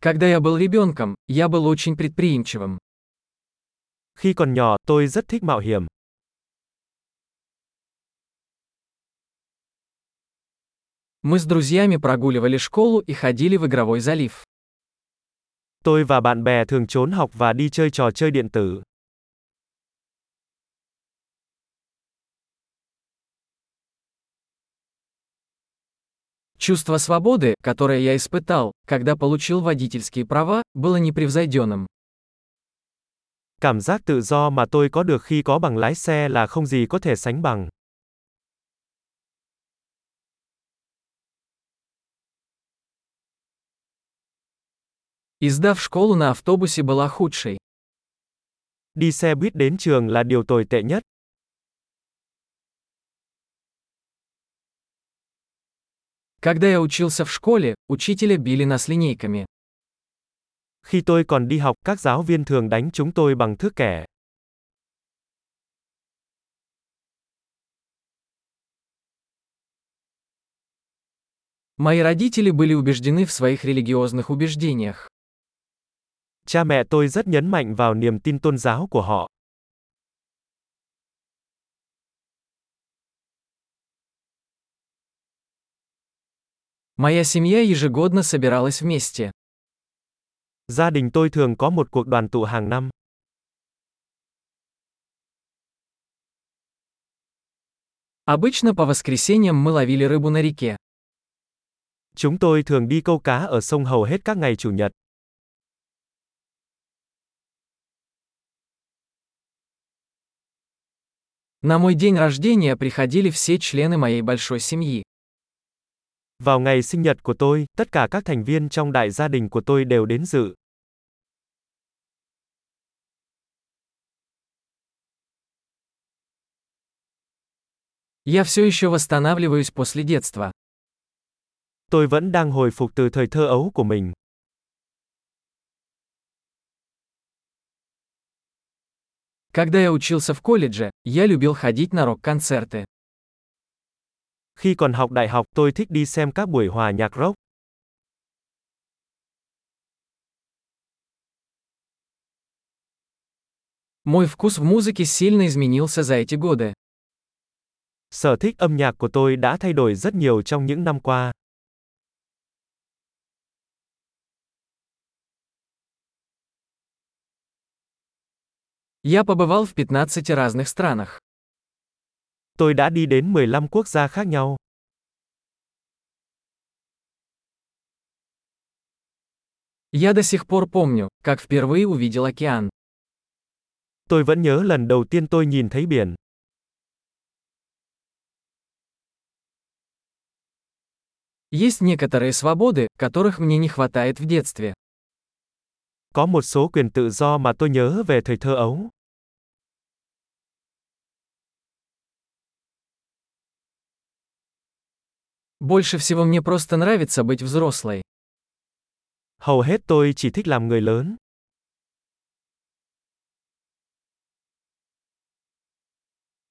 Когда я был ребенком, я был очень предприимчивым. Khi còn nhỏ, tôi rất thích mạo hiểm. Мы с друзьями прогуливали школу и ходили в игровой залив. Tôi và bạn bè thường trốn học và đi chơi trò chơi điện tử. Чувство свободы, которое я испытал, когда получил водительские права, было непревзойденным. Cảm giác tự do mà tôi có được khi có bằng lái xe là không gì có thể sánh bằng. Издав школу на автобусе была худшей. Đi xe buýt đến trường là điều tồi tệ nhất. Когда я учился в школе, учителя били нас линейками. Khi tôi còn đi học, các giáo viên thường đánh chúng tôi bằng thước kẻ. Мои родители были убеждены в своих религиозных убеждениях. Cha mẹ tôi rất nhấn mạnh vào niềm tin tôn giáo của họ. Моя семья ежегодно собиралась вместе. Gia đình tôi thường có một cuộc đoàn tụ hàng năm. Обычно по воскресеньям мы ловили рыбу на реке. Chúng tôi thường đi câu cá ở sông hầu hết các ngày chủ nhật. На мой день рождения приходили все члены моей большой семьи. Vào ngày sinh nhật của tôi, tất cả các thành viên trong đại gia đình của tôi đều đến dự. Я все еще восстанавливаюсь после детства. Tôi vẫn đang hồi phục từ thời thơ ấu của mình. Когда я учился в колледже, я любил ходить на рок-концерты. Khi còn học đại học, tôi thích đi xem các buổi hòa nhạc rock. Мой вкус в музыке сильно изменился за эти годы. Sở thích âm nhạc của tôi đã thay đổi rất nhiều trong những năm qua. Я побывал в 15 разных странах. Tôi đã đi đến 15 quốc gia khác nhau. Я до сих пор помню, как впервые увидел океан. Tôi vẫn nhớ lần đầu tiên tôi nhìn thấy biển. Есть некоторые свободы, которых мне не хватает в детстве. Có một số quyền tự do mà tôi nhớ về thời thơ ấu. Больше всего мне просто нравится быть взрослой. Hầu hết tôi chỉ thích làm người lớn.